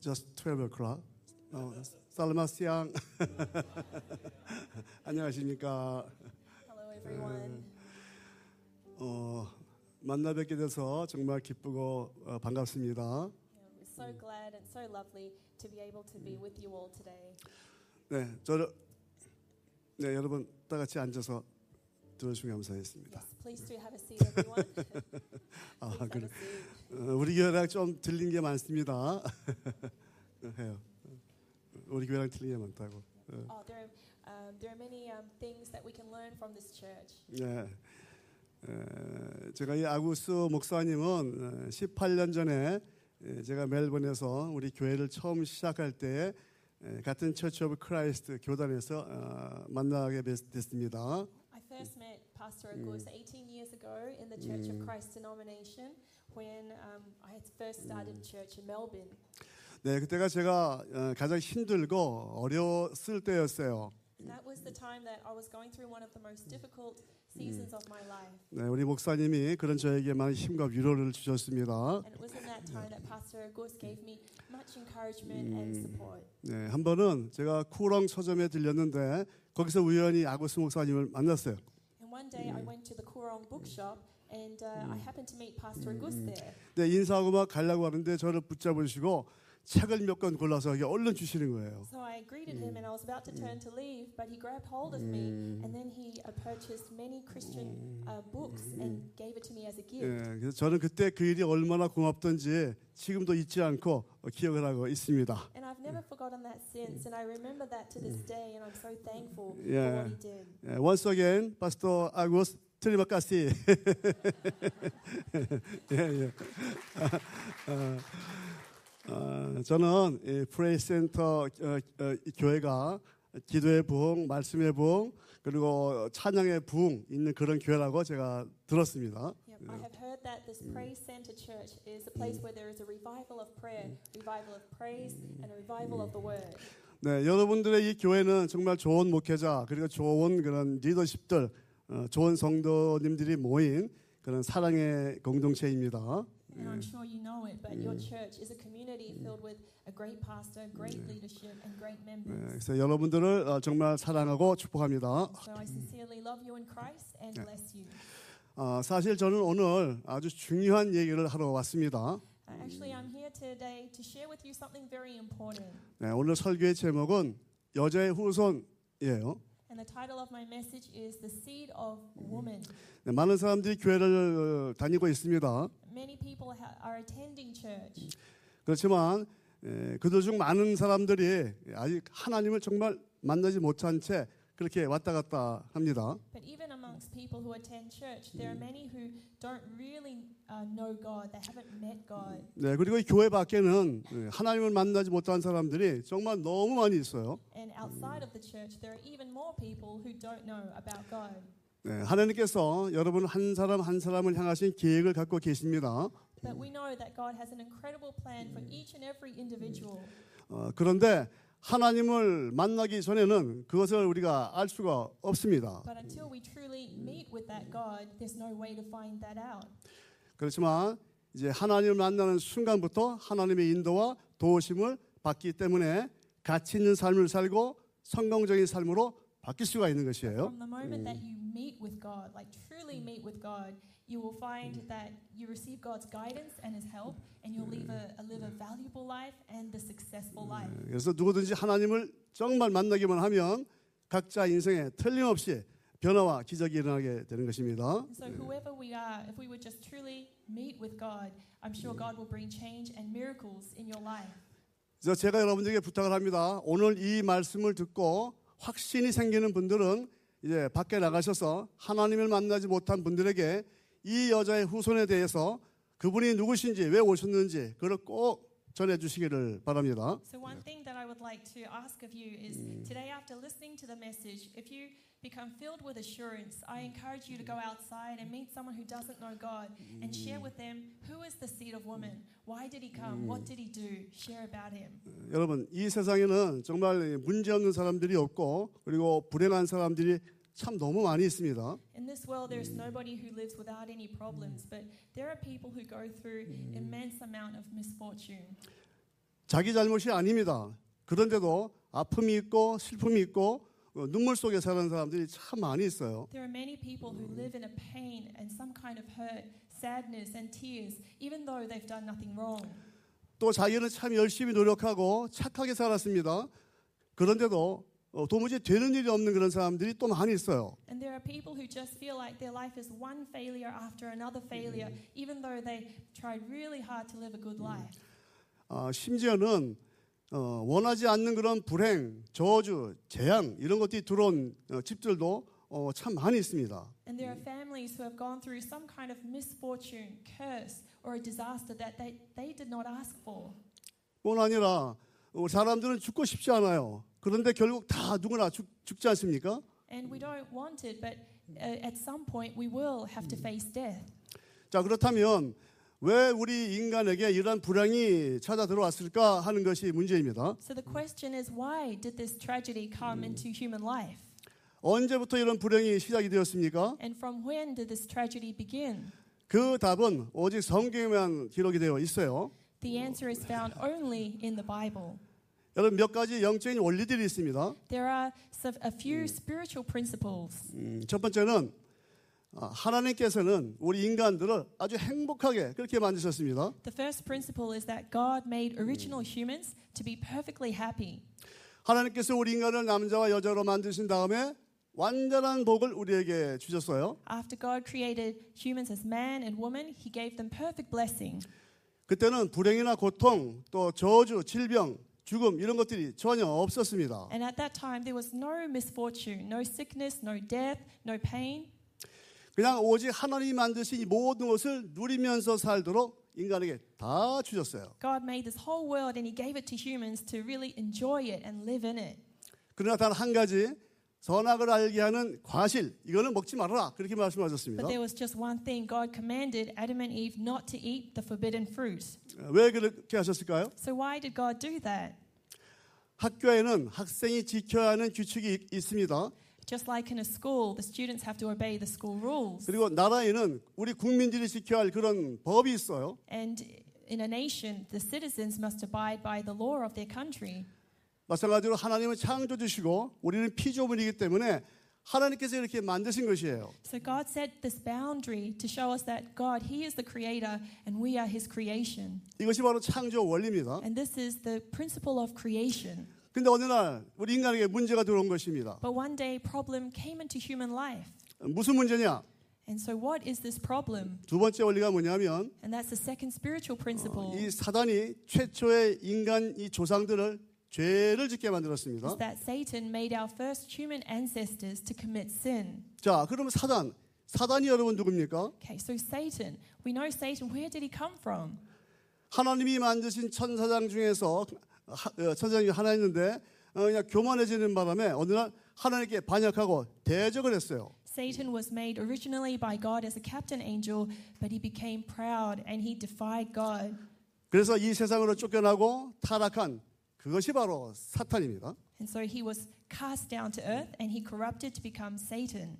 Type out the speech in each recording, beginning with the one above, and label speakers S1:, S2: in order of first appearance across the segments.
S1: just 12 o'clock. 어, 살마 시앙. 안녕하십니까.
S2: Hello, everyone.
S1: 어, 만나 뵙게 돼서 정말 기쁘고 어, 반갑습니다.
S2: You know, We're so glad and so lovely to be able to be with you all today.
S1: 네, 저 네, 여러분 다 같이 앉아서 들어주시면 감사했습니다.
S2: Yes, please do have a seat, everyone. Please
S1: 아,
S2: have
S1: 그래.
S2: a seat.
S1: 어, 우리 교회랑 좀 들린 게 많습니다. 네, 해요. 우리 교회랑 틀린 게 많다고. 어.
S2: Oh, there are, um, there are many um, things that we can learn from this church.
S1: 예. 에, 제가 이 아구스 목사님은 어, 18년 전에 에, 제가 멜번에서 우리 교회를 처음 시작할 때 에, 같은 처치 오브 크라이스트 교단에서 어, 만나게 됐- 됐습니다.
S2: I first met Pastor Agus 18 years ago in the Church of Christ denomination when um, I had first started church in Melbourne.
S1: 네, 그때가 제가 어, 가장 힘들고 어려웠을 때였어요.
S2: And that was the time that I was going through one of the most difficult seasons of my life.
S1: 네, 우리 목사님이 그런 저에게 많은 힘과 위로를 주셨습니다.
S2: And it was in that time that Pastor Agus gave me much encouragement and support.
S1: 네, 한 번은 제가 쿠렁 서점에 들렸는데 거기서 우연히 아구스 목사님을 만났어요.
S2: And one day I went to the Kurong bookshop and uh, I happened to meet Pastor Agus there.
S1: 네, 인사하고 막 가려고 하는데 저를 붙잡으시고 책을 몇 권 골라서 이게 얼른 주시는 거예요.
S2: So I greeted him and I was about to turn to leave, but he grabbed hold of me
S1: 음.
S2: and then he uh, purchased many Christian uh, books and gave it to me as a
S1: 예,
S2: gift.
S1: 그래서 저는 그때 그 일이 얼마나 고맙던지 지금도 잊지 않고 어, 기억을 하고 있습니다.
S2: And I've never forgotten that since, and I remember that to this day, and I'm so thankful for
S1: Yeah.
S2: what he did.
S1: 예, once again, Pastor Agus Trimakasi. 예, 예. 아, 아, 저는 이 프레이 센터 어, 어, 이 교회가 기도의 부흥, 말씀의 부흥, 그리고 찬양의 부흥 있는 그런 교회라고 제가 들었습니다.
S2: Yep, I have heard that this Praise Center Church is a place where there is a revival of prayer, revival of praise, and a revival of the word.
S1: 네, 여러분들의 이 교회는 정말 좋은 목회자 그리고 좋은 그런 리더십들, 어, 좋은 성도님들이 모인 그런 사랑의 공동체입니다.
S2: And I'm sure you know it, but your church is a community filled with a great pastor, great leadership, and great
S1: 네,
S2: members.
S1: 그래서 여러분들을 어, 정말 사랑하고 축복합니다.
S2: So I sincerely love you in Christ and
S1: Yeah.
S2: bless you.
S1: 아, 사실 저는 오늘 아주 중요한 얘기를 하러 왔습니다.
S2: Uh, Actually, I'm here today to share with you something very important.
S1: 네, 오늘 설교의 제목은 여자의 후손이에요.
S2: And the title of my message is The Seed of Woman.
S1: 네, 많은 사람들이 교회를 어, 다니고 있습니다.
S2: Many people ha- are attending church,
S1: 그렇지만 에, 그들 중 많은 사람들이 아직 하나님을 정말 만나지 못한 채 그렇게 왔다 갔다 합니다.
S2: but even amongst people who attend church, there are many who don't really uh, know God, they haven't met God.
S1: 네, 그리고 이 교회 밖에는 예, 하나님을 만나지 못한 사람들이 정말 너무 많이 있어요.
S2: And outside of the church, there are even more people who don't know about God.
S1: 네, 하나님께서 여러분 한 사람 한 사람을 향하신 계획을 갖고 계십니다.
S2: But we know that God has an incredible plan for each and every individual.
S1: 어, 그런데 하나님을 만나기 전에는 그것을 우리가 알 수가 없습니다.
S2: But until we truly meet with that God, there's no way to find that out.
S1: 그렇지만 이제 하나님을 만나는 순간부터 하나님의 인도와 도우심을 받기 때문에 가치 있는 삶을 살고 성공적인 삶으로 바뀔 수가 있는 것이에요.
S2: From the moment that you meet with God, like truly meet with God, you will find that you receive God's guidance and His help, and you'll live a, a- live a valuable life and a successful life.
S1: 네, 그래서 누구든지 하나님을 정말 만나기만 하면 각자 인생에 틀림없이 변화와 기적이 일어나게 되는 것입니다.
S2: And so, whoever we are, if we would just truly meet with God, I'm sure God will bring change and miracles in your life.
S1: 그래서 제가 여러분들에게 부탁을 합니다. 오늘 이 말씀을 듣고 확신이 생기는 분들은 이제 밖에 나가셔서 하나님을 만나지 못한 분들에게 이 여자의 후손에 대해서 그분이 누구신지 왜 오셨는지 그걸 꼭 전해 주시기를 바랍니다.
S2: So, one thing that I would like to ask of you is today, after listening to the message, if you become filled with assurance, I encourage you to go outside and meet someone who doesn't know God
S1: Mm.
S2: and share with them who is the seed of woman? Why did he come? What did he do? Share about him.
S1: 여러분 이 세상에는 정말 문제 없는 사람들이 없고 그리고 불행한 사람들이 참 너무 많이 있습니다.
S2: In this world, there's nobody who lives without any
S1: Mm.
S2: problems, but there are people who go through immense amount of misfortune.
S1: 자기 잘못이 아닙니다. 그런데도 아픔이 있고 슬픔이 있고 어, 눈물 속에 사는 사람들이 참 많이 있어요.
S2: There are many people who live in a pain and some kind of hurt, sadness, and tears, even though they've done nothing wrong.
S1: 또 자기는 참 열심히 노력하고 착하게 살았습니다. 그런데도 어, 도무지 되는 일이 없는 그런 사람들이 또 많이 있어요.
S2: And there are people who just feel like their life is one failure after another failure, even though they tried really hard to live a good life.
S1: 아, 심지어는 어, 원하지 않는 그런 불행, 저주, 재앙 이런 것들이 들어온 어, 집들도 어, 참 많이 있습니다.
S2: And there are families who have gone through some kind of misfortune, curse, or a disaster that they, they did not ask for.
S1: 뿐 아니라 어, 사람들은 죽고 싶지 않아요. 그런데 결국 다 누구나 죽, 죽지 않습니까?
S2: And we don't want it, but uh, at some point we will have to face death.
S1: 자 그렇다면 왜 우리 인간에게 이러한 불행이 찾아 들어왔을까 하는 것이 문제입니다.
S2: So the question is why did this tragedy come into human life?
S1: 언제부터 이런 불행이 시작이 되었습니까?
S2: And from when did this tragedy begin?
S1: 그 답은 오직 성경에만 기록이 되어 있어요.
S2: The answer is found only in the Bible.
S1: 여러분 몇 가지 영적인 원리들이 있습니다.
S2: There are so- a few spiritual principles.
S1: 음, 첫 번째는 아, 하나님께서는 우리 인간들을 아주 행복하게 그렇게 만드셨습니다.
S2: The first principle is that God made original humans to be perfectly happy.
S1: 하나님께서 우리 인간을 남자와 여자로 만드신 다음에 완전한 복을 우리에게 주셨어요.
S2: After God created humans as man and woman, He gave them perfect blessing.
S1: 그때는 불행이나 고통, 또 저주, 질병, 죽음 이런 것들이 전혀 없었습니다.
S2: And at that time, there was no misfortune, no sickness, no death, no pain.
S1: 그냥 오직 하나님이 만드신 이 모든 것을 누리면서 살도록 인간에게 다 주셨어요.
S2: God made this whole world and He gave it to humans to really enjoy it and live in it.
S1: 그러나 단 한 가지 선악을 알게 하는 과실 이거는 먹지 말아라 그렇게
S2: But
S1: 말씀하셨습니다.
S2: there was just one thing God commanded Adam and Eve not to eat the forbidden fruit.
S1: 왜 그렇게 하셨을까요?
S2: So, why did God do that?
S1: 학교에는 학생이 지켜야 하는 규칙이 있- 있습니다.
S2: Just like in a school, the students have to obey the school rules.
S1: 그리고 나라에는 우리 국민들이 지켜야 할 그런 법이 있어요.
S2: And in a nation, the citizens must abide by the law of their country.
S1: 마찬가지로 하나님은 창조 주시고 우리는 피조물이기 때문에 하나님께서 이렇게 만드신 것이에요.
S2: So God set this boundary to show us that God, He is the creator and we are His creation.
S1: 이것이 바로 창조 원리입니다.
S2: And this is the principle of creation.
S1: 근데 어느 날 우리 인간에게 문제가 들어온 것입니다.
S2: But one day, problem came into human life.
S1: 무슨 문제냐?
S2: And so, what is this problem?
S1: 두 번째 원리가 뭐냐면
S2: And that's the second spiritual principle.
S1: 이 사단이 최초의 인간 이 조상들을 죄를 짓게 만들었습니다.
S2: is that Satan made our first human ancestors to commit sin.
S1: 자, 그러면 사단 사단이 여러분 누굽니까?
S2: Okay, so Satan, we know Satan, where did he come from?
S1: 하나님이 만드신 천사장 중에서 하- 어, 천사장이 하나 있는데 어, 그냥 교만해지는 바람에 어느 날 하나님께 반역하고 대적을 했어요.
S2: Satan was made originally by God as a captain angel, but he became proud and he defied God.
S1: 그래서 이 세상으로 쫓겨나고 타락한 그것이 바로 사탄입니다.
S2: And so he was cast down to earth and he corrupted to become Satan.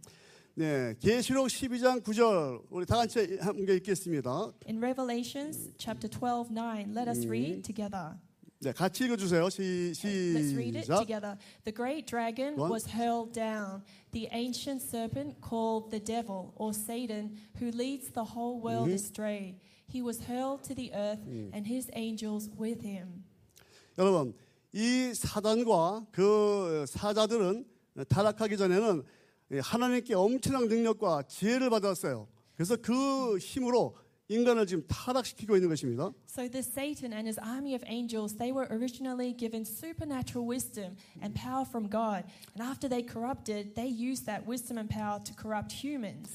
S1: 네, 계시록 12장 9절 우리 다 같이 함께 읽겠습니다.
S2: In Revelations chapter 12, 9, let us read together.
S1: 네, 같이 읽어주세요. 시,
S2: 네, Let's read it
S1: 시작.
S2: together. The great dragon
S1: One.
S2: was hurled down, the ancient serpent called the devil or Satan, who leads the whole world astray. He was hurled to the earth and his angels with him.
S1: 여러분, 이 사단과 그 사자들은 타락하기 전에는 하나님께 엄청난 능력과 지혜를 받았어요. 그래서 그 힘으로 인간을 지금 타락시키고 있는 것입니다.
S2: So, this Satan and his army of angels, they were originally given supernatural wisdom and power from God. And after they corrupted, they used that wisdom and power to corrupt humans.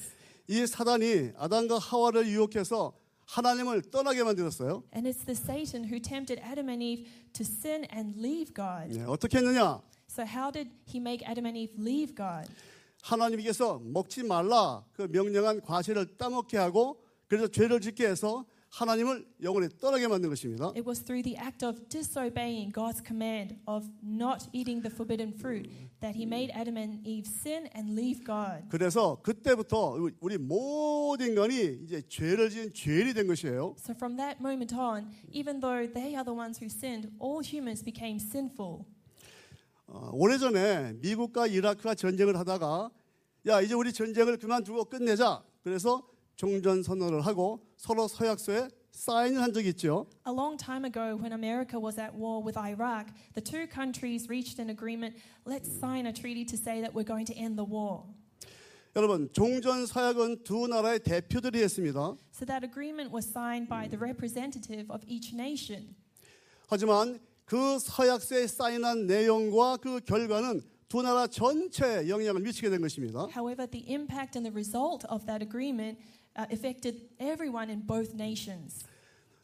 S1: 이 사단이 아담과 하와를 유혹해서 하나님을 떠나게 만들었어요.
S2: And it's the Satan who tempted Adam and Eve to sin and leave God.
S1: 네, 어떻게 했느냐?
S2: So, how did he make Adam and Eve leave God?
S1: 하나님께서 먹지 말라 그 명령한 과실을 따먹게 하고 그래서 죄를 짓게 해서 하나님을 영원히 떠나게 만든 것입니다.
S2: It was through the act of disobeying God's command of not eating the forbidden fruit that he made Adam and Eve sin and leave God.
S1: 그래서 그때부터 우리 모든 인간이 이제 죄를 지은 죄인이 된 것이에요.
S2: So from that moment on, even though they are the ones who sinned, all humans became sinful.
S1: 어, 오래전에 미국과 이라크가 전쟁을 하다가 야 이제 우리 전쟁을 그만두고 끝내자. 그래서 종전 선언을 하고 서로 서약서에 사인을 한 적이 있죠.
S2: A long time ago, when America was at war with Iraq, the two countries reached an agreement let's sign a treaty to say that we're going to end the war.
S1: 여러분 종전 서약은 두 나라의 대표들이 했습니다.
S2: So that agreement was signed by the representative of each nation.
S1: 하지만 그 서약서에 사인한 내용과 그 결과는 두 나라 전체에 영향을 미치게 된 것입니다.
S2: However, the impact and the result of that agreement uh, affected everyone in both nations.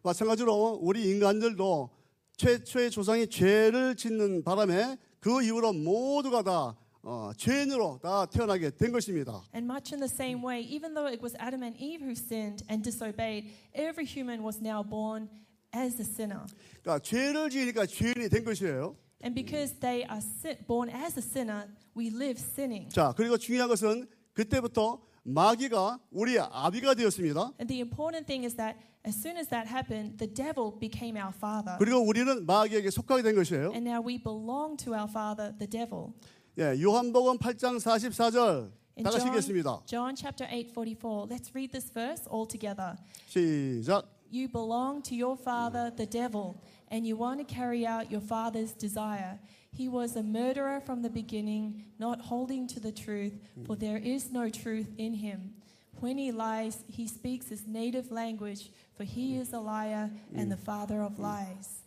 S1: 마찬가지로 우리 인간들도 최초의 조상이 죄를 짓는 바람에 그 이후로 모두가 다 어, 죄인으로 다 태어나게 된 것입니다.
S2: And much in the same way, even though it was Adam and Eve who sinned and disobeyed, every human was now born as a sinner.
S1: 그러니까 죄를 지으니까 죄인이 된 것이에요.
S2: And because they are sin- born as a sinner, we live sinning.
S1: 자, 그리고 중요한 것은 그때부터 마귀가 우리 아비가 되었습니다.
S2: And the important thing is that as soon as that happened, the devil became our father.
S1: 그리고 우리는 마귀에게 속하게 된 것이에요.
S2: And now we belong to our father, the devil.
S1: 예, 요한복음 8장 44절
S2: In
S1: 다 같이
S2: John,
S1: 읽겠습니다.
S2: John chapter 8, 44. Let's read this verse all together.
S1: 시작.
S2: You belong to your father, the devil, and you want to carry out your father's desire. He was a murderer from the beginning, not holding to the truth, for there is no truth in him. When he lies, he speaks his native language, for he is a liar and the father of lies.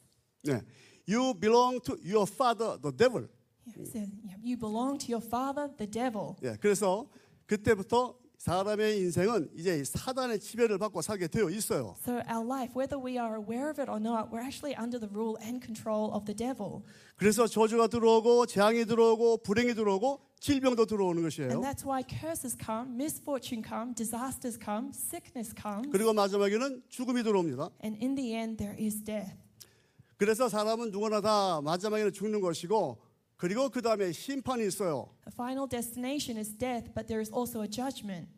S1: 예. You belong to your father, the devil.
S2: Yeah, it says, yeah, You belong to your father, the devil.
S1: 예, 그래서 그때부터 사람의 인생은 이제 이 사단의 지배를 받고 살게 되어 있어요.
S2: So, our life, whether we are aware of it or not, we're actually under the rule and control of the devil.
S1: 그래서 저주가 들어오고 재앙이 들어오고 불행이 들어오고 질병도 들어오는 것이에요.
S2: And that's why curses come, misfortune come, disasters come, sickness comes,
S1: 그리고 마지막에는 죽음이 들어옵니다.
S2: and in the end there is death.
S1: 그래서 사람은 누구나 다 마지막에는 죽는 것이고 그리고 그 다음에 심판이 있어요.
S2: The final destination is death, but there is also a judgment.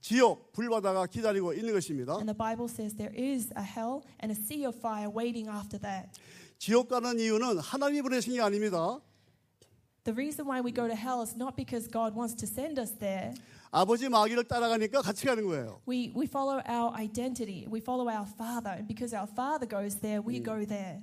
S1: 지옥, 불바다가 기다리고 있는 것입니다.
S2: And the Bible says there is a hell and a sea of fire waiting after that.
S1: 지옥 가는 이유는 하나님이 보내신 게 아닙니다.
S2: The reason why we go to hell is not because God wants to send us there.
S1: 아버지 마귀를 따라가니까 같이 가는 거예요.
S2: We, we follow our identity, we follow our Father, and because our Father goes there, we go there.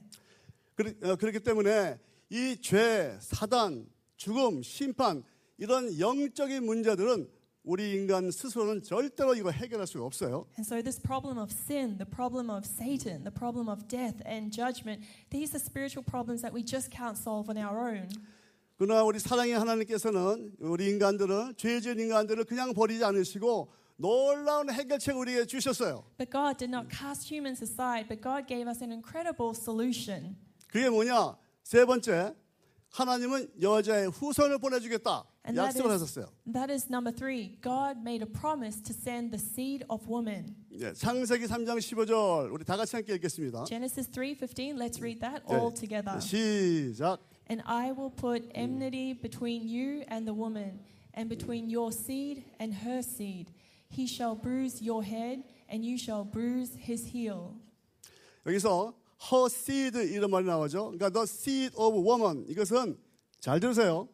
S1: 그리, 어, 그렇기 때문에 이 죄, 사단, 죽음, 심판 이런 영적인 문제들은 우리 인간 스스로는 절대로 이거 해결할 수가 없어요.
S2: And so, this problem of sin, the problem of Satan, the problem of death and judgment, these are spiritual problems that we just can't solve on our own.
S1: 그러나 우리 사랑의 하나님께서는 우리 인간들을 죄지은 인간들을 그냥 버리지 않으시고 놀라운 해결책을 우리에게 주셨어요.
S2: But God did not cast humans aside, but God gave us an incredible solution.
S1: 그게 뭐냐? 세 번째, 하나님은 여자의 후손을 보내주겠다
S2: And that
S1: 약속을
S2: is-
S1: 하셨어요.
S2: That is number three. God made a promise to send the seed of woman.
S1: 예, 창세기 3장 15절 우리 다 같이 함께 읽겠습니다.
S2: Genesis 3:15, let's read that
S1: Yeah.
S2: all together.
S1: 시작.
S2: And I will put enmity between you and the woman, and between your seed and her seed. He shall bruise your head, and you shall bruise his heel.
S1: 여기서 her seed 이런 말이 나오죠. 그러니까 the seed of woman 이것은 잘 들으세요.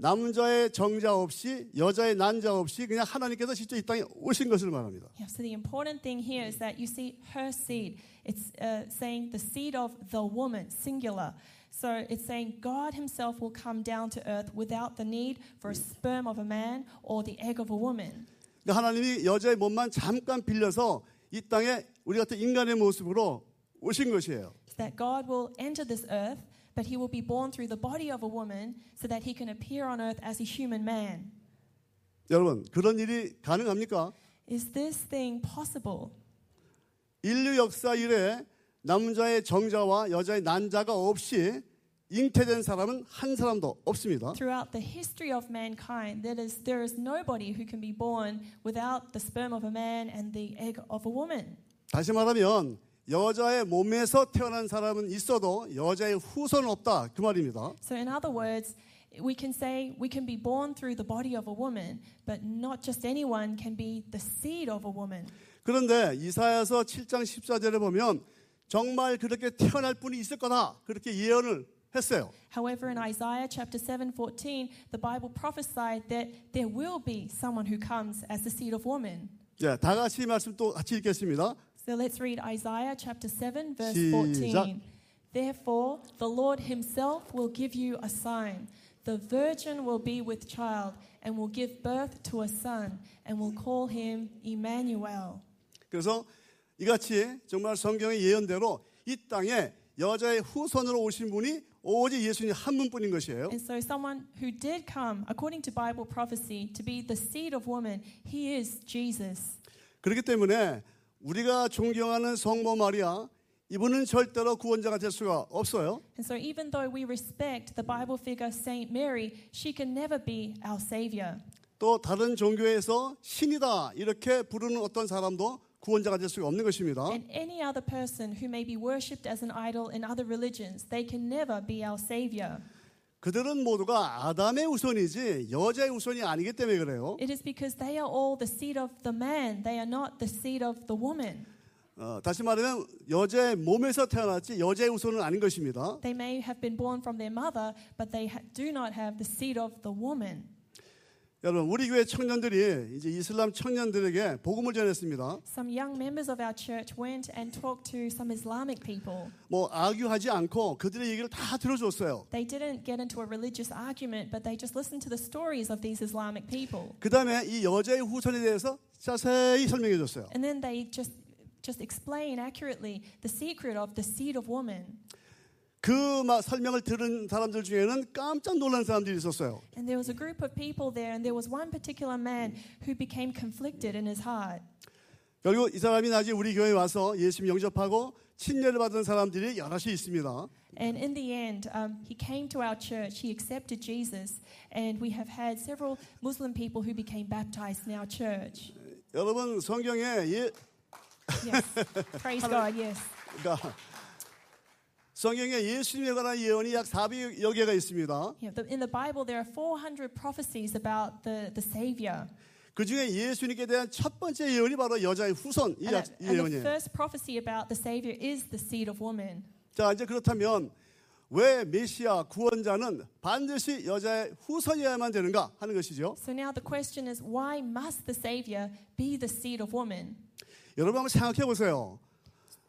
S1: 남자의 정자 없이 여자의 난자 없이 그냥 하나님께서 직접 이 땅에 오신 것을 말합니다.
S2: Yeah, so the important thing here is that you see her seed. It's uh, saying the seed of the woman, singular. So it's saying God Himself will come down to earth without the need for a sperm of a man or the egg of a woman.
S1: 그러니까 하나님이 여자의 몸만 잠깐 빌려서 이 땅에 우리 같은 인간의 모습으로 오신 것이에요.
S2: It's that God will enter this earth, but He will be born through the body of a woman so that He can appear on earth as a human man.
S1: 여러분 그런 일이 가능합니까?
S2: Is this thing possible?
S1: 인류 역사 이래 남자의 정자와 여자의 난자가 없이 잉태된 사람은 한 사람도 없습니다.
S2: Throughout the history of mankind, there is, there is nobody who can be born without the sperm of a man and the egg of a woman.
S1: 다시 말하면 여자의 몸에서 태어난 사람은 있어도 여자의 후손은 없다 그 말입니다.
S2: So, in other words, we can say we can be born through the body of a woman, but not just anyone can be the seed of a woman.
S1: 그런데 이사야서 7장 14절에 보면 정말 그렇게 태어날 분이 있을 거다 그렇게 예언을 했어요.
S2: However, in Isaiah chapter 7 14, the Bible prophesied that there will be someone who comes as the seed of woman.
S1: 예, 다 같이 말씀 또 같이 읽겠습니다.
S2: So let's read Isaiah chapter 7, verse
S1: Siza.
S2: 14. Therefore, the Lord himself will give you a sign. The virgin will be with child and will give birth to a son and will call him Emmanuel.
S1: 그래서 이같이 정말 성경의 예언대로 이 땅에 여자의 후손으로 오신 분이 오직 예수님 한 분뿐인 것이에요.
S2: And so, someone who did come, according to Bible prophecy, to be the seed of woman, he is Jesus.
S1: 그렇기 때문에 우리가 존경하는 성모 마리아 이분은 절대로 구원자가 될 수가 없어요.
S2: And so, even though we respect the Bible figure Saint Mary, she can never be our savior.
S1: 또 다른 종교에서 신이다 이렇게 부르는 어떤 사람도 구원자가 될 수가 없는 것입니다.
S2: And any other person who may be worshipped as an idol in other religions, they can never be our savior.
S1: 그들은 모두가 아담의 후손이지 여자의 후손이 아니기 때문에 그래요.
S2: It is because they are all the seed of the man, they are not the seed of the woman.
S1: 어, 다시 말하면 여자의 몸에서 태어났지 여자의 후손은 아닌 것입니다.
S2: They may have been born from their mother, but they ha- do not have the seed of the woman.
S1: 여러분 우리 교회 청년들이 이제 이슬람 청년들에게 복음을 전했습니다.
S2: Some young members of our church went and talked to some Islamic people.
S1: 뭐 악유하지 않고 그들의 얘기를 다 들어줬어요.
S2: They didn't get into a religious argument, but they just listened to the stories of these Islamic people.
S1: 그 다음에 이 여자의 후손에 대해서 자세히 설명해 줬어요.
S2: And then they just just explain accurately the secret of the seed of woman.
S1: 그 마- 설명을 들은 사람들 중에는 깜짝 놀란 사람들이 있었어요.
S2: And there was a group of people there, and there was one particular man who became conflicted in his heart.
S1: 결국 이 사람이 나중에 우리 교회에 와서 예수님 영접하고 침례를 받은 사람들이 여럿이 있습니다.
S2: And in the end, um, he came to our church, he accepted Jesus, and we have had several Muslim people who became baptized in our church.
S1: 여러분 성경에 예,
S2: Yes. Praise God, yes.
S1: 그러니까 성경에 예수님에 관한 예언이 약 400여 개가 있습니다.
S2: You know, the, in the Bible, there are 400 prophecies about the, the Savior.
S1: 그 중에 예수님께 대한 첫 번째 예언이 바로 여자의 후손 이
S2: And,
S1: 약-
S2: the-
S1: 이
S2: and the
S1: 예언이에요.
S2: first prophecy about the Savior is the seed of woman.
S1: 자 이제 그렇다면 왜 메시아 구원자는 반드시 여자의 후손이어야만 되는가 하는 것이죠.
S2: So now the question is why must the Savior be the seed of woman?
S1: 여러분 한번 생각해 보세요.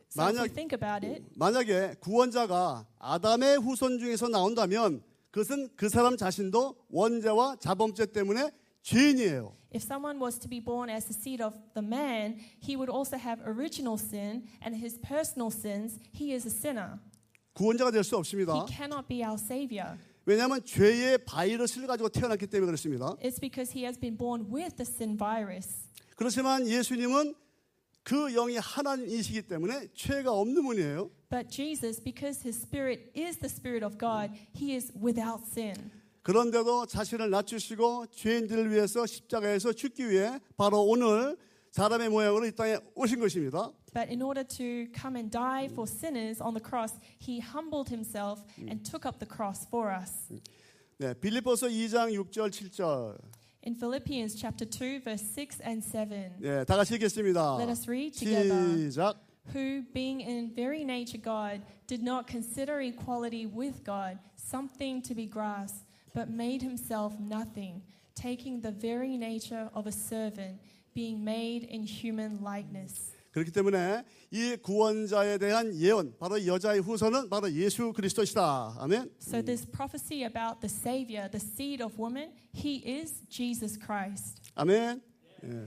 S2: So if you
S1: 만약-
S2: think about it,
S1: 만약에 구원자가 아담의 후손 중에서 나온다면 그것은 그 사람 자신도 원죄와 자범죄 때문에 죄인이에요.
S2: if someone was to be born as the seed of the man, he would also have original sin and his personal sins. He is a sinner.
S1: 구원자가 될 수 없습니다.
S2: He cannot be our Savior.
S1: 왜냐하면 죄의 바이러스를 가지고 태어났기 때문에 그렇습니다.
S2: It's because he has been born with the sin virus.
S1: 그렇지만 예수님은 그 영이 하나님이시기 때문에 죄가 없는 분이에요.
S2: But Jesus, because his spirit is the spirit of God, he is without sin.
S1: 그런데도 자신을 낮추시고 죄인들을 위해서 십자가에서 죽기 위해 바로 오늘 사람의 모양으로 이 땅에 오신 것입니다.
S2: But in order to come and die for sinners on the cross, he humbled himself and took up the cross for us.
S1: 네, 빌립보서 2장 6절 7절.
S2: In Philippians chapter 2, verse 6 and 7,
S1: 네, 다 같이 읽겠습니다.
S2: let us read
S1: Ah,
S2: together.
S1: 시작.
S2: Who, being in very nature God, did not consider equality with God something to be grasped, but made himself nothing, taking the very nature of a servant, being made in human likeness.
S1: 그렇기 때문에 이 구원자에 대한 예언, 바로 여자의 후손은 바로 예수 그리스도시다. 아멘.
S2: So, this prophecy about the Savior, the seed of woman, he is Jesus Christ.
S1: 아멘. 예.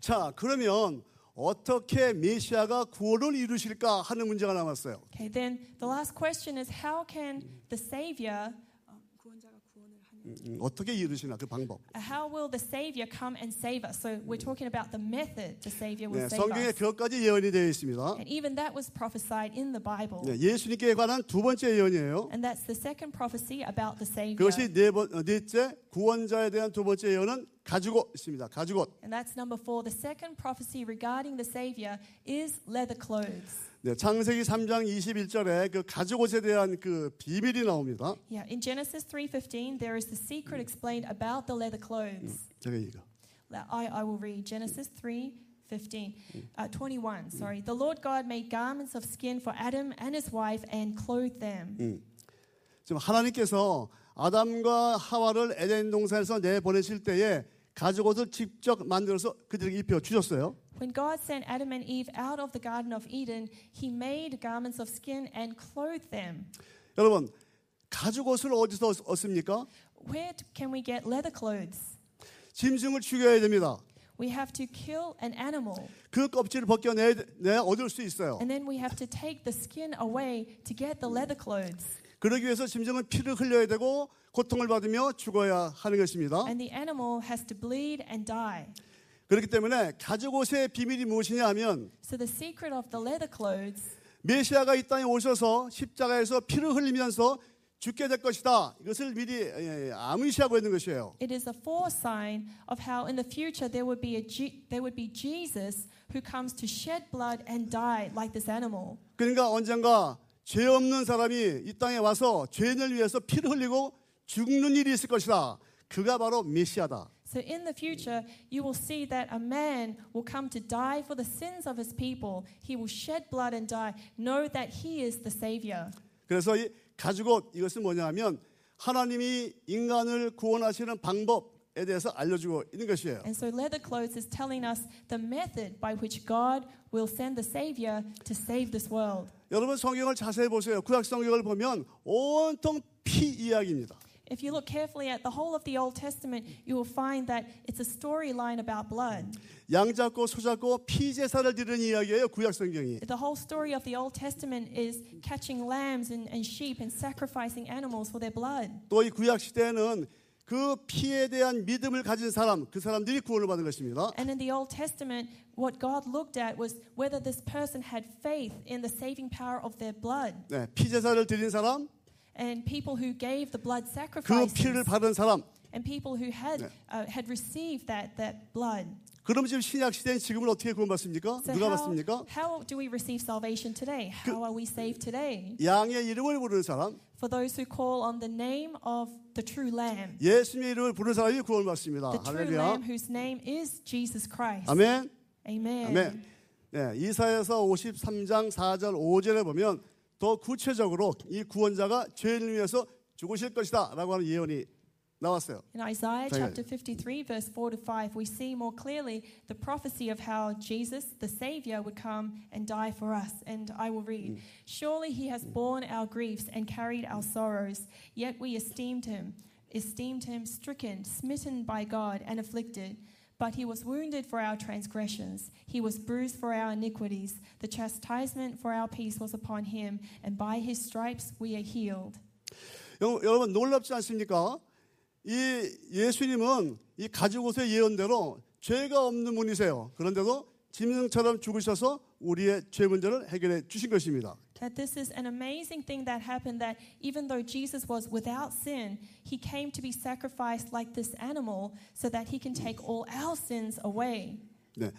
S1: 자, 그러면 어떻게 메시아가 구원을 이루실까 하는 문제가 남았어요.
S2: Okay, then the last question is how can the Savior
S3: 어, 구원자가 구원을 하냐.
S1: 음, 어떻게 이루시나 그 방법.
S2: uh, How will the Savior come and save us? So we're talking about the method the Savior will
S1: 네,
S2: save
S1: 성경에
S2: us.
S1: 그것까지 예언이 되어 있습니다.
S2: And even that was prophesied in the Bible.
S1: 네, 예수님께 관한 두 번째 예언이에요.
S2: And that's the second prophecy about the Savior.
S1: 그것이 네 번, 어, 넷째 구원자에 대한 두 번째 예언은 가지고 있습니다. 가지고.
S2: And that's number four. The second prophecy regarding the Savior is leather clothes.
S1: 네, 창세기 3장 21절에 그 가죽옷에 대한 그 비밀이 나옵니다.
S2: Yeah, in Genesis 3:15, there is the secret explained about the leather clothes.
S1: 제가 이거.
S2: Now, I, I will read Genesis 3 15, uh, 21. Sorry. The Lord God made garments of skin for Adam and his wife and clothed them.
S1: 지금 하나님께서 아담과 하와를 에덴 동산에서 내보내실 때에 가죽옷을 직접 만들어서 그들에게 입혀 주셨어요.
S2: When God sent Adam and Eve out of the Garden of Eden, he made garments of skin and clothed them.
S1: 여러분, 가죽옷을 어디서 얻- 얻습니까?
S2: Where t- can we get leather clothes?
S1: 짐승을 죽여야 됩니다.
S2: We have to kill an animal,
S1: 그 껍질을 벗겨내 내야 얻을 수 있어요.
S2: and then we have to take the skin away to get the leather clothes.
S1: 그러기 위해서 짐승은 피를 흘려야 되고 고통을 받으며 죽어야 하는 것입니다.
S2: And the animal has to bleed and die.
S1: 그렇기 때문에 가죽옷의 비밀이 무엇이냐 하면
S2: So, the secret of the leather clothes
S1: 메시아가 이 땅에 오셔서 십자가에서 피를 흘리면서 죽게 될 것이다. 이것을 미리 예, 예, 암시하고 있는 것이에요.
S2: It is a foresign of how in the future there would be a G- there would be Jesus who comes to shed blood and die like this animal.
S1: 그러니까 언젠가 죄 없는 사람이 이 땅에 와서 죄인을 위해서 피를 흘리고 죽는 일이 있을 것이다. 그가 바로 메시아다.
S2: So in the future you will see that a man will come to die for the sins of his people. He will shed blood and die. Know that he is the savior.
S1: 그래서 이 가죽옷 이것은 뭐냐하면 하나님이 인간을 구원하시는 방법에 대해서 알려주고 있는 것이에요.
S2: And so leather clothes is telling us the method by which God will send the savior to save this world.
S1: 여러분 성경을 자세히 보세요. 구약 성경을 보면 온통 피 이야기입니다.
S2: If you look carefully at the whole of the Old Testament, you will find that it's a storyline about blood.
S1: 양 잡고 소 잡고 피 제사를 드리는 이야기예요. 구약 성경이.
S2: The whole story of the Old Testament is catching lambs and, and sheep and sacrificing animals for their blood.
S1: 또 이 구약 시대에는 그 피에 대한 믿음을 가진 사람, 그 사람들이 구원을 받은 것입니다.
S2: And in the Old Testament, what God looked at was whether this person had faith in the saving power of their blood.
S1: 네, 피 제사를 드린 사람,
S2: And people who gave the blood
S1: 그
S2: sacrifices
S1: 피를 바른 사람.
S2: and people who had uh, had received that that blood.
S1: 그럼 지금 신약 시대는 지금은 어떻게 구원받습니까?
S2: So
S1: 누가
S2: how,
S1: 받습니까?
S2: how do we receive salvation today? How are we saved today?
S1: 양의 이름을 부르는 사람,
S2: For those who call on the name of the true Lamb,
S1: 예수님의 이름을 부르는 사람이 구원받습니다.
S2: the true
S1: 할렐루야.
S2: Lamb whose name is Jesus Christ.
S1: 아멘.
S2: Amen.
S1: 아멘. 네, 이사야서 53장 4절 5절에 보면 더 구체적으로 이 구원자가 죄인을 위해서 죽으실 것이다라고 하는 예언이 나왔어요.
S2: In Isaiah
S1: Thank you.
S2: chapter 53, verse 4 to 5, we see more clearly the prophecy of how Jesus, the Savior, would come and die for us. And I will read Surely he has borne our griefs and carried our sorrows, yet we esteemed him, esteemed him stricken, smitten by God, and afflicted. But he was wounded for our transgressions, he was bruised for our iniquities. The chastisement for our peace was upon him, and by his stripes we are healed.
S1: 여- 여러분 놀랍지 않습니까? 이 예수님은 이 가죽옷의 예언대로 죄가 없는 분이세요. 그런데도 짐승처럼 죽으셔서 우리의 죄 문제를 해결해 주신 것입니다.
S2: That this is an amazing thing that happened that even though Jesus was without sin, he came to be sacrificed like this animal so that he can take all our sins away.
S1: 네.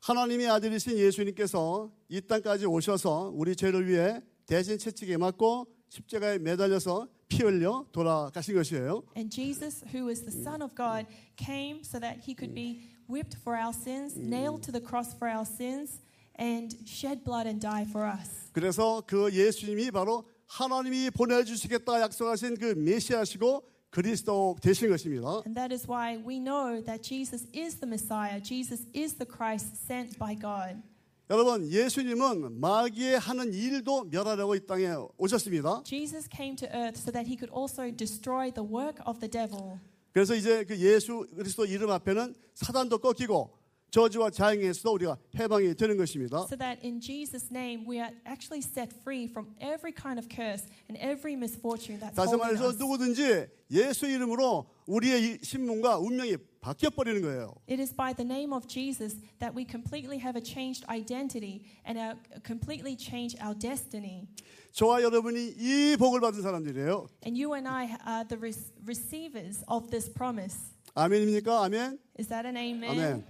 S1: 하나님의 아들이신 예수님께서 이 땅까지 오셔서 우리 죄를 위해 대신 채찍에 맞고 십자가에 매달려서 피 흘려 돌아가신 것이에요.
S2: And Jesus, who is the Son of God, came so that he could be whipped for our sins, nailed to the cross for our sins, and shed blood and die for us.
S1: 그래서 그 예수님이 바로 하나님이 보내주시겠다 약속하신 그 메시아시고 그리스도 되신 것입니다.
S2: And that is why we know that Jesus is the Messiah, Jesus is the Christ sent by God.
S1: 여러분 예수님은 마귀의 하는 일도 멸하려고 이 땅에 오셨습니다.
S2: Jesus came to earth so that he could also destroy the work of the devil.
S1: 그래서 이제 그 예수 그리스도 이름 앞에는 사단도 꺾이고 저주와 자행에서도 우리가 해방이 되는 것입니다.
S2: so that in Jesus' name we are actually set free from every kind of curse and every misfortune that's
S1: 다시
S2: holding
S1: 말해서
S2: us.
S1: 누구든지 예수 이름으로 우리의 이 신분과 운명이 바뀌어 버리는 거예요.
S2: It is by the name of Jesus that we completely have a changed identity and our, completely change our destiny.
S1: 저와 여러분이 이 복을 받은 사람들이에요.
S2: And you and I are the re- receivers of this promise.
S1: 아멘입니까? 아멘.
S2: Is that an amen?
S1: Amen.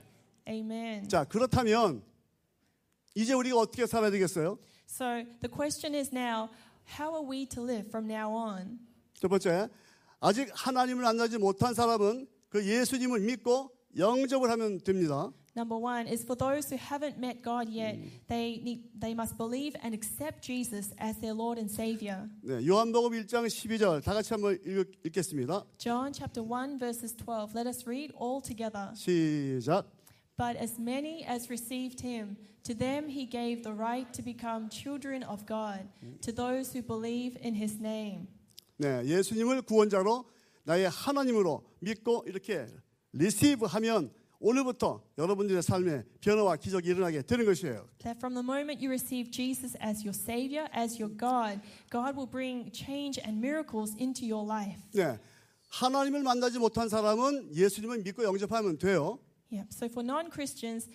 S2: Amen.
S1: 자, 그렇다면 이제 우리가 어떻게 살아야 되겠어요?
S2: So the question is now, how are we to live from now on?
S1: 첫 번째, 아직 하나님을 만나지 못한 사람은 그 예수님을 믿고 영접을 하면 됩니다.
S2: Number one is for those who haven't met God yet, they, need, they must believe and accept Jesus as their Lord and Savior.
S1: 네, 요한복음 1장 12절 다 같이 한번 읽, 읽겠습니다.
S2: John chapter 1, verses 12. Let us read all together.
S1: 시작.
S2: But as many as received him, to them he gave the right to become children of God, to those who believe in his name.
S1: 네, 예수님을 구원자로 나의 하나님으로 믿고 이렇게 리시브하면 오늘부터 여러분들의 삶에 변화와 기적이 일어나게 되는 것이에요.
S2: That from the moment you receive Jesus as your Savior, as your God, God will bring change and miracles into your life.
S1: 네, 하나님을 만나지 못한 사람은 예수님을 믿고 영접하면 돼요.
S2: Yeah. So for non Christians,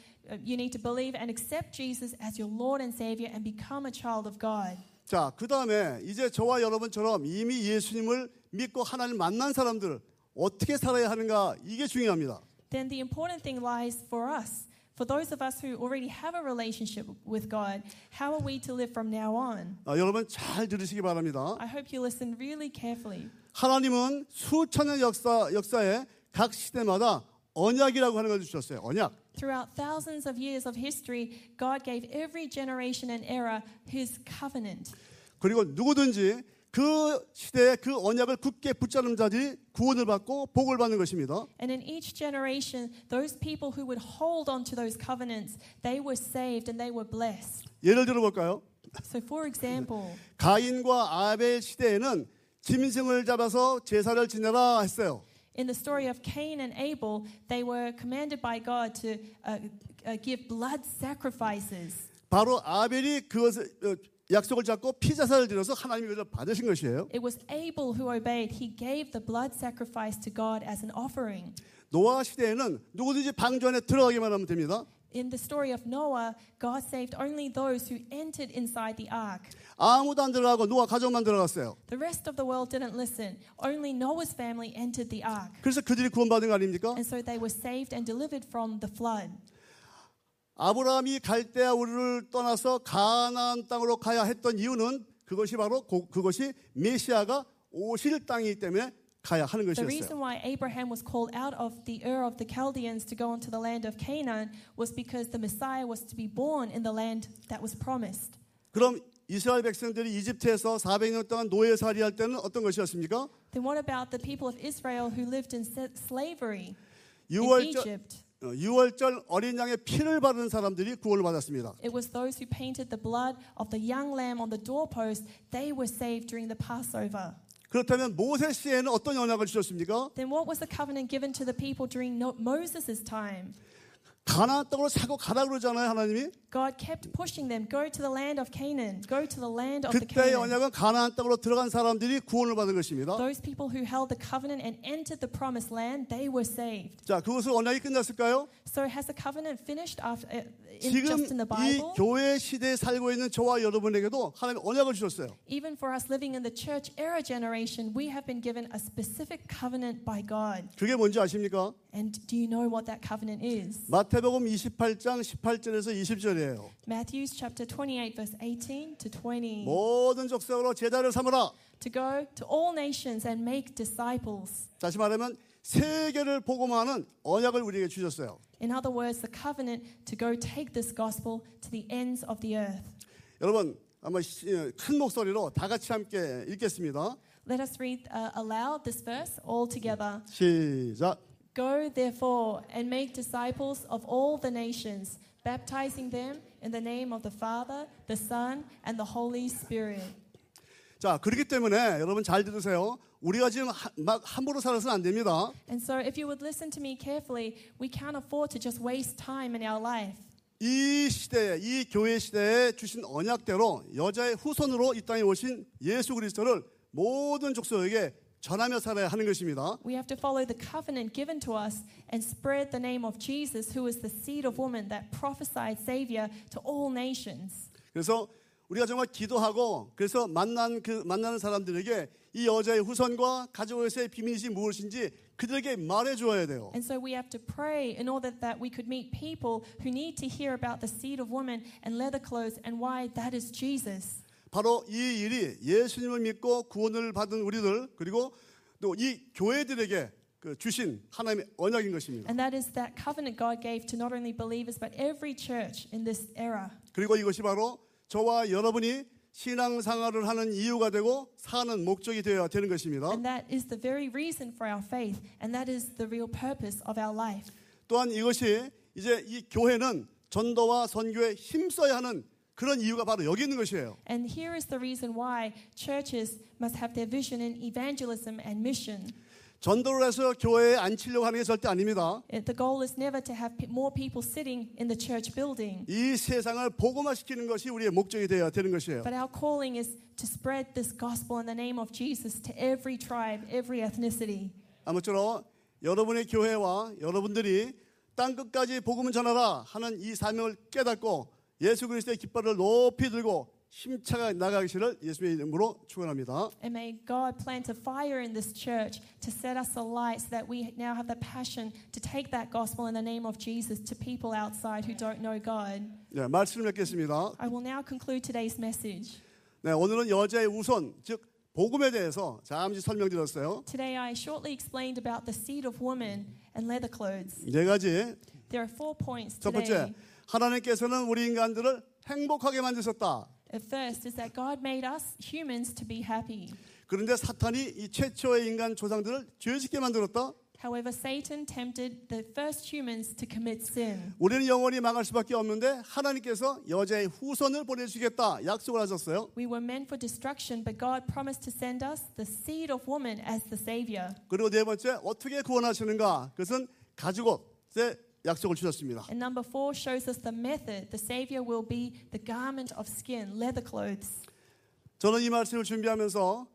S2: you need to believe and accept Jesus as your Lord and Savior and become a child of God.
S1: 자, 그 다음에 이제 저와 여러분처럼 이미 예수님을 믿고 하나님 만난 사람들 어떻게 살아야 하는가 이게 중요합니다.
S2: Then the important thing lies for us. For those of us who already have a relationship with God, how are we to live from now on?
S1: 아, 여러분 잘 들으시기 바랍니다.
S2: I hope you listen really carefully.
S1: 하나님은 수천 년 역사 역사에 각 시대마다 언약이라고 하는 걸 주셨어요. 언약.
S2: Throughout thousands of years of history, God gave every generation and era his covenant.
S1: 그리고 누구든지 그 시대에 그 언약을 굳게 붙잡는 자들이 구원을 받고 복을 받는 것입니다.
S2: And in each generation, those people who would hold on to those covenants, they were saved and they were blessed.
S1: 예를 들어 볼까요?
S2: So, for example,
S1: 가인과 아벨 시대에는 짐승을 잡아서 제사를 지내라 했어요.
S2: in the story of Cain and Abel, they were commanded by God to uh, uh, give blood sacrifices.
S1: 바로 아벨이 그것을 어, 약속을 잡고 피자사를 드려서 하나님의 것을 받으신 것이에요.
S2: It was Abel who obeyed. He gave the blood sacrifice to God as an offering.
S1: 노아 시대에는 누구든지 방주 안에 들어가기만 하면 됩니다.
S2: In the story of Noah, God saved only those who entered inside the ark.
S1: 아무도 안 들어가고 노아 가족만 들어갔어요.
S2: The rest of the world didn't listen. Only Noah's family entered the ark.
S1: 그래서 그들이 구원받은 거 아닙니까?
S2: And so they were saved and delivered from the flood.
S1: 아브라함이 갈대아 우르를 떠나서 가나안 땅으로 가야 했던 이유는 그것이 바로 고- 그것이 메시아가 오실 땅이기 때문에 가야 하는
S2: The
S1: 것이었어요.
S2: reason why Abraham was called out of the Ur of the Chaldeans to go into the land of Canaan was because the Messiah was to be born in the land that was promised.
S1: 그럼 이스라엘 백성들이 이집트에서 400년 동안 노예살이 할 때는 어떤 것이었습니까?
S2: Then what about the people of Israel who lived in sa- slavery in
S1: 6월절, 어,
S2: Egypt?
S1: 어린 양의 피를 바르는 사람들이 구원을 받았습니다.
S2: It was those who painted the blood of the young lamb on the doorpost. They were saved during the Passover.
S1: 그렇다면 모세 시에는 어떤 연약을 주셨습니까?
S2: Then what was the covenant given to the people during no- Moses' time?
S1: 가나안 땅으로 자꾸 가라 그러잖아요, 하나님이.
S2: God kept pushing them, go to the land of Canaan, go to the land of the
S1: 그때의
S2: Canaan.
S1: 언약은 가나안 땅으로 들어간 사람들이 구원을 받은 것입니다.
S2: Those people who held the covenant and entered the promised land, they were saved.
S1: 자, 그것을 언약이 끝났을까요?
S2: So has the covenant finished after uh, in,
S1: 지금
S2: just in the
S1: 이
S2: Bible?
S1: 교회 시대에 살고 있는 저와 여러분에게도 하나님 언약을 주셨어요.
S2: Even for us living in the church era generation, we have been given a specific covenant by God.
S1: 그게 뭔지 아십니까?
S2: And do you know what that covenant is?
S1: 마태복음 28장 18절에서 20절이에요.
S2: Matthew's chapter 28, verse 18 to 20.
S1: 모든 족속으로 제자를 삼으라.
S2: To go to all nations and make disciples.
S1: 다시 말하면 세계를 복음하는 언약을 우리에게 주셨어요.
S2: In other words, the covenant to go take this gospel to the ends of the earth.
S1: 여러분 한번 시- 예, 큰 목소리로 다 같이 함께 읽겠습니다.
S2: Let us read uh, aloud this verse all together.
S1: 시작.
S2: Go therefore and make disciples of all the nations, baptizing them in the name of the Father, the Son, and the Holy Spirit.
S1: 자, 그렇기 때문에 여러분 잘 들으세요. 우리가 지금 하- 막 함부로 살아서는 안 됩니다.
S2: And so, if you would listen to me carefully, we can't afford to just waste time in our life.
S1: 이 시대에 이 교회 시대에 주신 언약대로 여자의 후손으로 이 땅에 오신 예수 그리스도를 모든 족속에게 전하며 살아야 하는 것입니다.
S2: We have to follow the covenant given to us and spread the name of Jesus, who is the seed of woman, that prophesied Savior, to all nations.
S1: 그래서 우리가 정말 기도하고 그래서 만난 그 만나는 사람들에게 이 여자의 후손과 가족에서의 비밀이 무엇인지 그들에게 말해 줘야 돼요.
S2: And so we have to pray in order that we could meet people who need to hear about the seed of woman and leather clothes and why that is Jesus.
S1: 바로 이 일이 예수님을 믿고 구원을 받은 우리들 그리고 또 이 교회들에게 그 주신 하나님의 언약인 것입니다.
S2: And that is that covenant God gave to not only believers, but every church in this era.
S1: 그리고 이것이 바로 저와 여러분이 신앙생활을 하는 이유가 되고 사는 목적이 되어야 되는 것입니다.
S2: And that is the very reason for our faith, and that is the real purpose of our life.
S1: 또한 이것이 이제 이 교회는 전도와 선교에 힘써야 하는 그런 이유가 바로 여기 있는 것이에요.
S2: And here is the reason why churches must have their vision in evangelism and mission.
S1: 전도를 해서 교회에 앉히려고 하는 게 절대 아닙니다.
S2: It- the goal is never to have pe- more people sitting in the church building,
S1: 이 세상을 복음화시키는 것이 우리의 목적이 되어야 되는 것이에요.
S2: but our calling is to spread this gospel in the name of Jesus to every tribe, every ethnicity.
S1: 아무쪼록 여러분의 교회와 여러분들이 땅 끝까지 복음을 전하라 하는 이 사명을 깨닫고 예수 그리스도의 깃발을 높이 들고 힘차게 나가기를 예수의 이름으로 축원합니다.
S2: And may God plant a fire in this church to set us alight so that we now have the passion to take that gospel in the name of Jesus to people outside who don't know God.
S1: 네, 말씀을 맺겠습니다.
S2: I will now conclude today's message.
S1: 네, 오늘은 여자의 우선 즉 복음에 대해서 잠시 설명드렸어요.
S2: Today, I shortly explained about the seed of woman and leather clothes.
S1: 네 가지.
S2: There are four points
S1: 첫 번째,
S2: today.
S1: 하나님께서는 우리 인간들을 행복하게 만드셨다.
S2: The first is that God made us humans to be happy.
S1: 그런데 사탄이 이 최초의 인간 조상들을 죄짓게 만들었다.
S2: However, Satan tempted the first humans to commit sin.
S1: 우리는 영원히 망할 수밖에 없는데 하나님께서 여자의 후손을 보내주겠다 약속을 하셨어요.
S2: We were meant for destruction, but God promised to send us the seed of woman as the Savior.
S1: 그리고 네 번째 어떻게 구원하시는가? 그것은 가죽옷의 약속을 주셨습니다.
S2: And number four shows us the method. The Savior will be the garment of skin, leather clothes.
S1: 저는 이 말씀을 준비하면서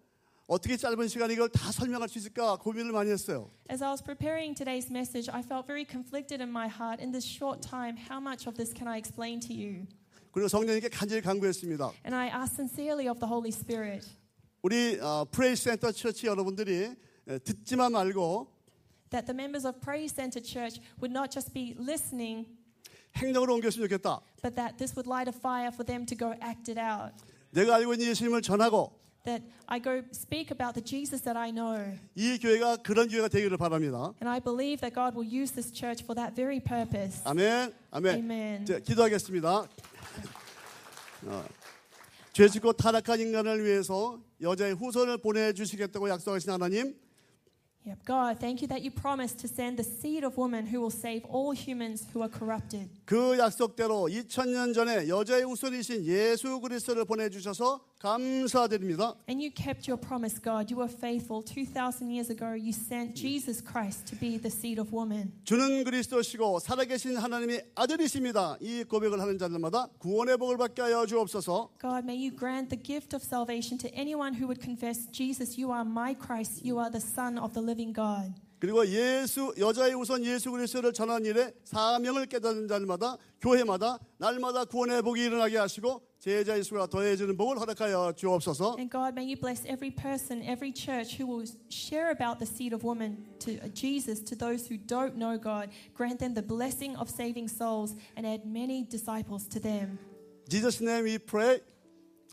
S1: 어떻게 짧은 시간에 이걸 다 설명할 수 있을까 고민을 많이 했어요.
S2: As I was preparing today's message, I felt very conflicted in my heart. In this short time, how much of this can I explain to you?
S1: 그리고 성령님께 간절히 간구했습니다.
S2: And I ask sincerely of the Holy Spirit
S1: 우리 어, 프레이 센터 처치 여러분들이 에, 듣지만 말고
S2: that the members of Praise Center Church would not just be listening,
S1: 행동으로 옮겼으면 좋겠다.
S2: but that this would light a fire for them to go act it out.
S1: 내가 알고 있는 예수님을 전하고
S2: That I go speak about the Jesus that I know.
S1: 이 교회가 그런 교회가 되기를 바랍니다.
S2: And I believe that God will use this church for that very purpose.
S1: 아멘, 아멘.
S2: Amen.
S1: 이제 기도하겠습니다. 어, 죄짓고 타락한 인간을 위해서 여자의 후손을 보내주시겠다고 약속하신 하나님,
S2: Yep. God, thank you that you promised to send the seed of woman who will save all humans who are corrupted.
S1: 그 약속대로 2000년 전에 여자의 후손이신 예수 그리스도를 보내주셔서 감사드립니다.
S2: And you kept your promise, God. You were faithful. 2,000 years ago, you sent Jesus Christ to be the seed of woman.
S1: 주는 그리스도시고 살아계신 하나님의 아들이십니다. 이 고백을 하는 자들마다 구원의 복을 받게 하여 주옵소서.
S2: God, may you grant the gift of salvation to anyone who would confess, Jesus, you are my Christ. You are the Son of the living God.
S1: 그리고 예수 여자의 우선 예수 그리스도를 전하는 일에 사명을 깨닫는 자들마다 교회마다 날마다 구원의 복이 일어나게 하시고 제자의 수가 더해지는 복을 허락하여 주옵소서.
S2: And God, may you bless every person, every church who will share about the seed of woman to uh, Jesus to those who don't know God. Grant them the blessing of saving souls and add many disciples to them.
S1: Jesus name we pray.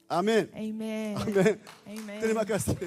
S1: 아멘.
S2: Amen.
S1: 아멘.
S2: Amen.
S1: 드리마카스.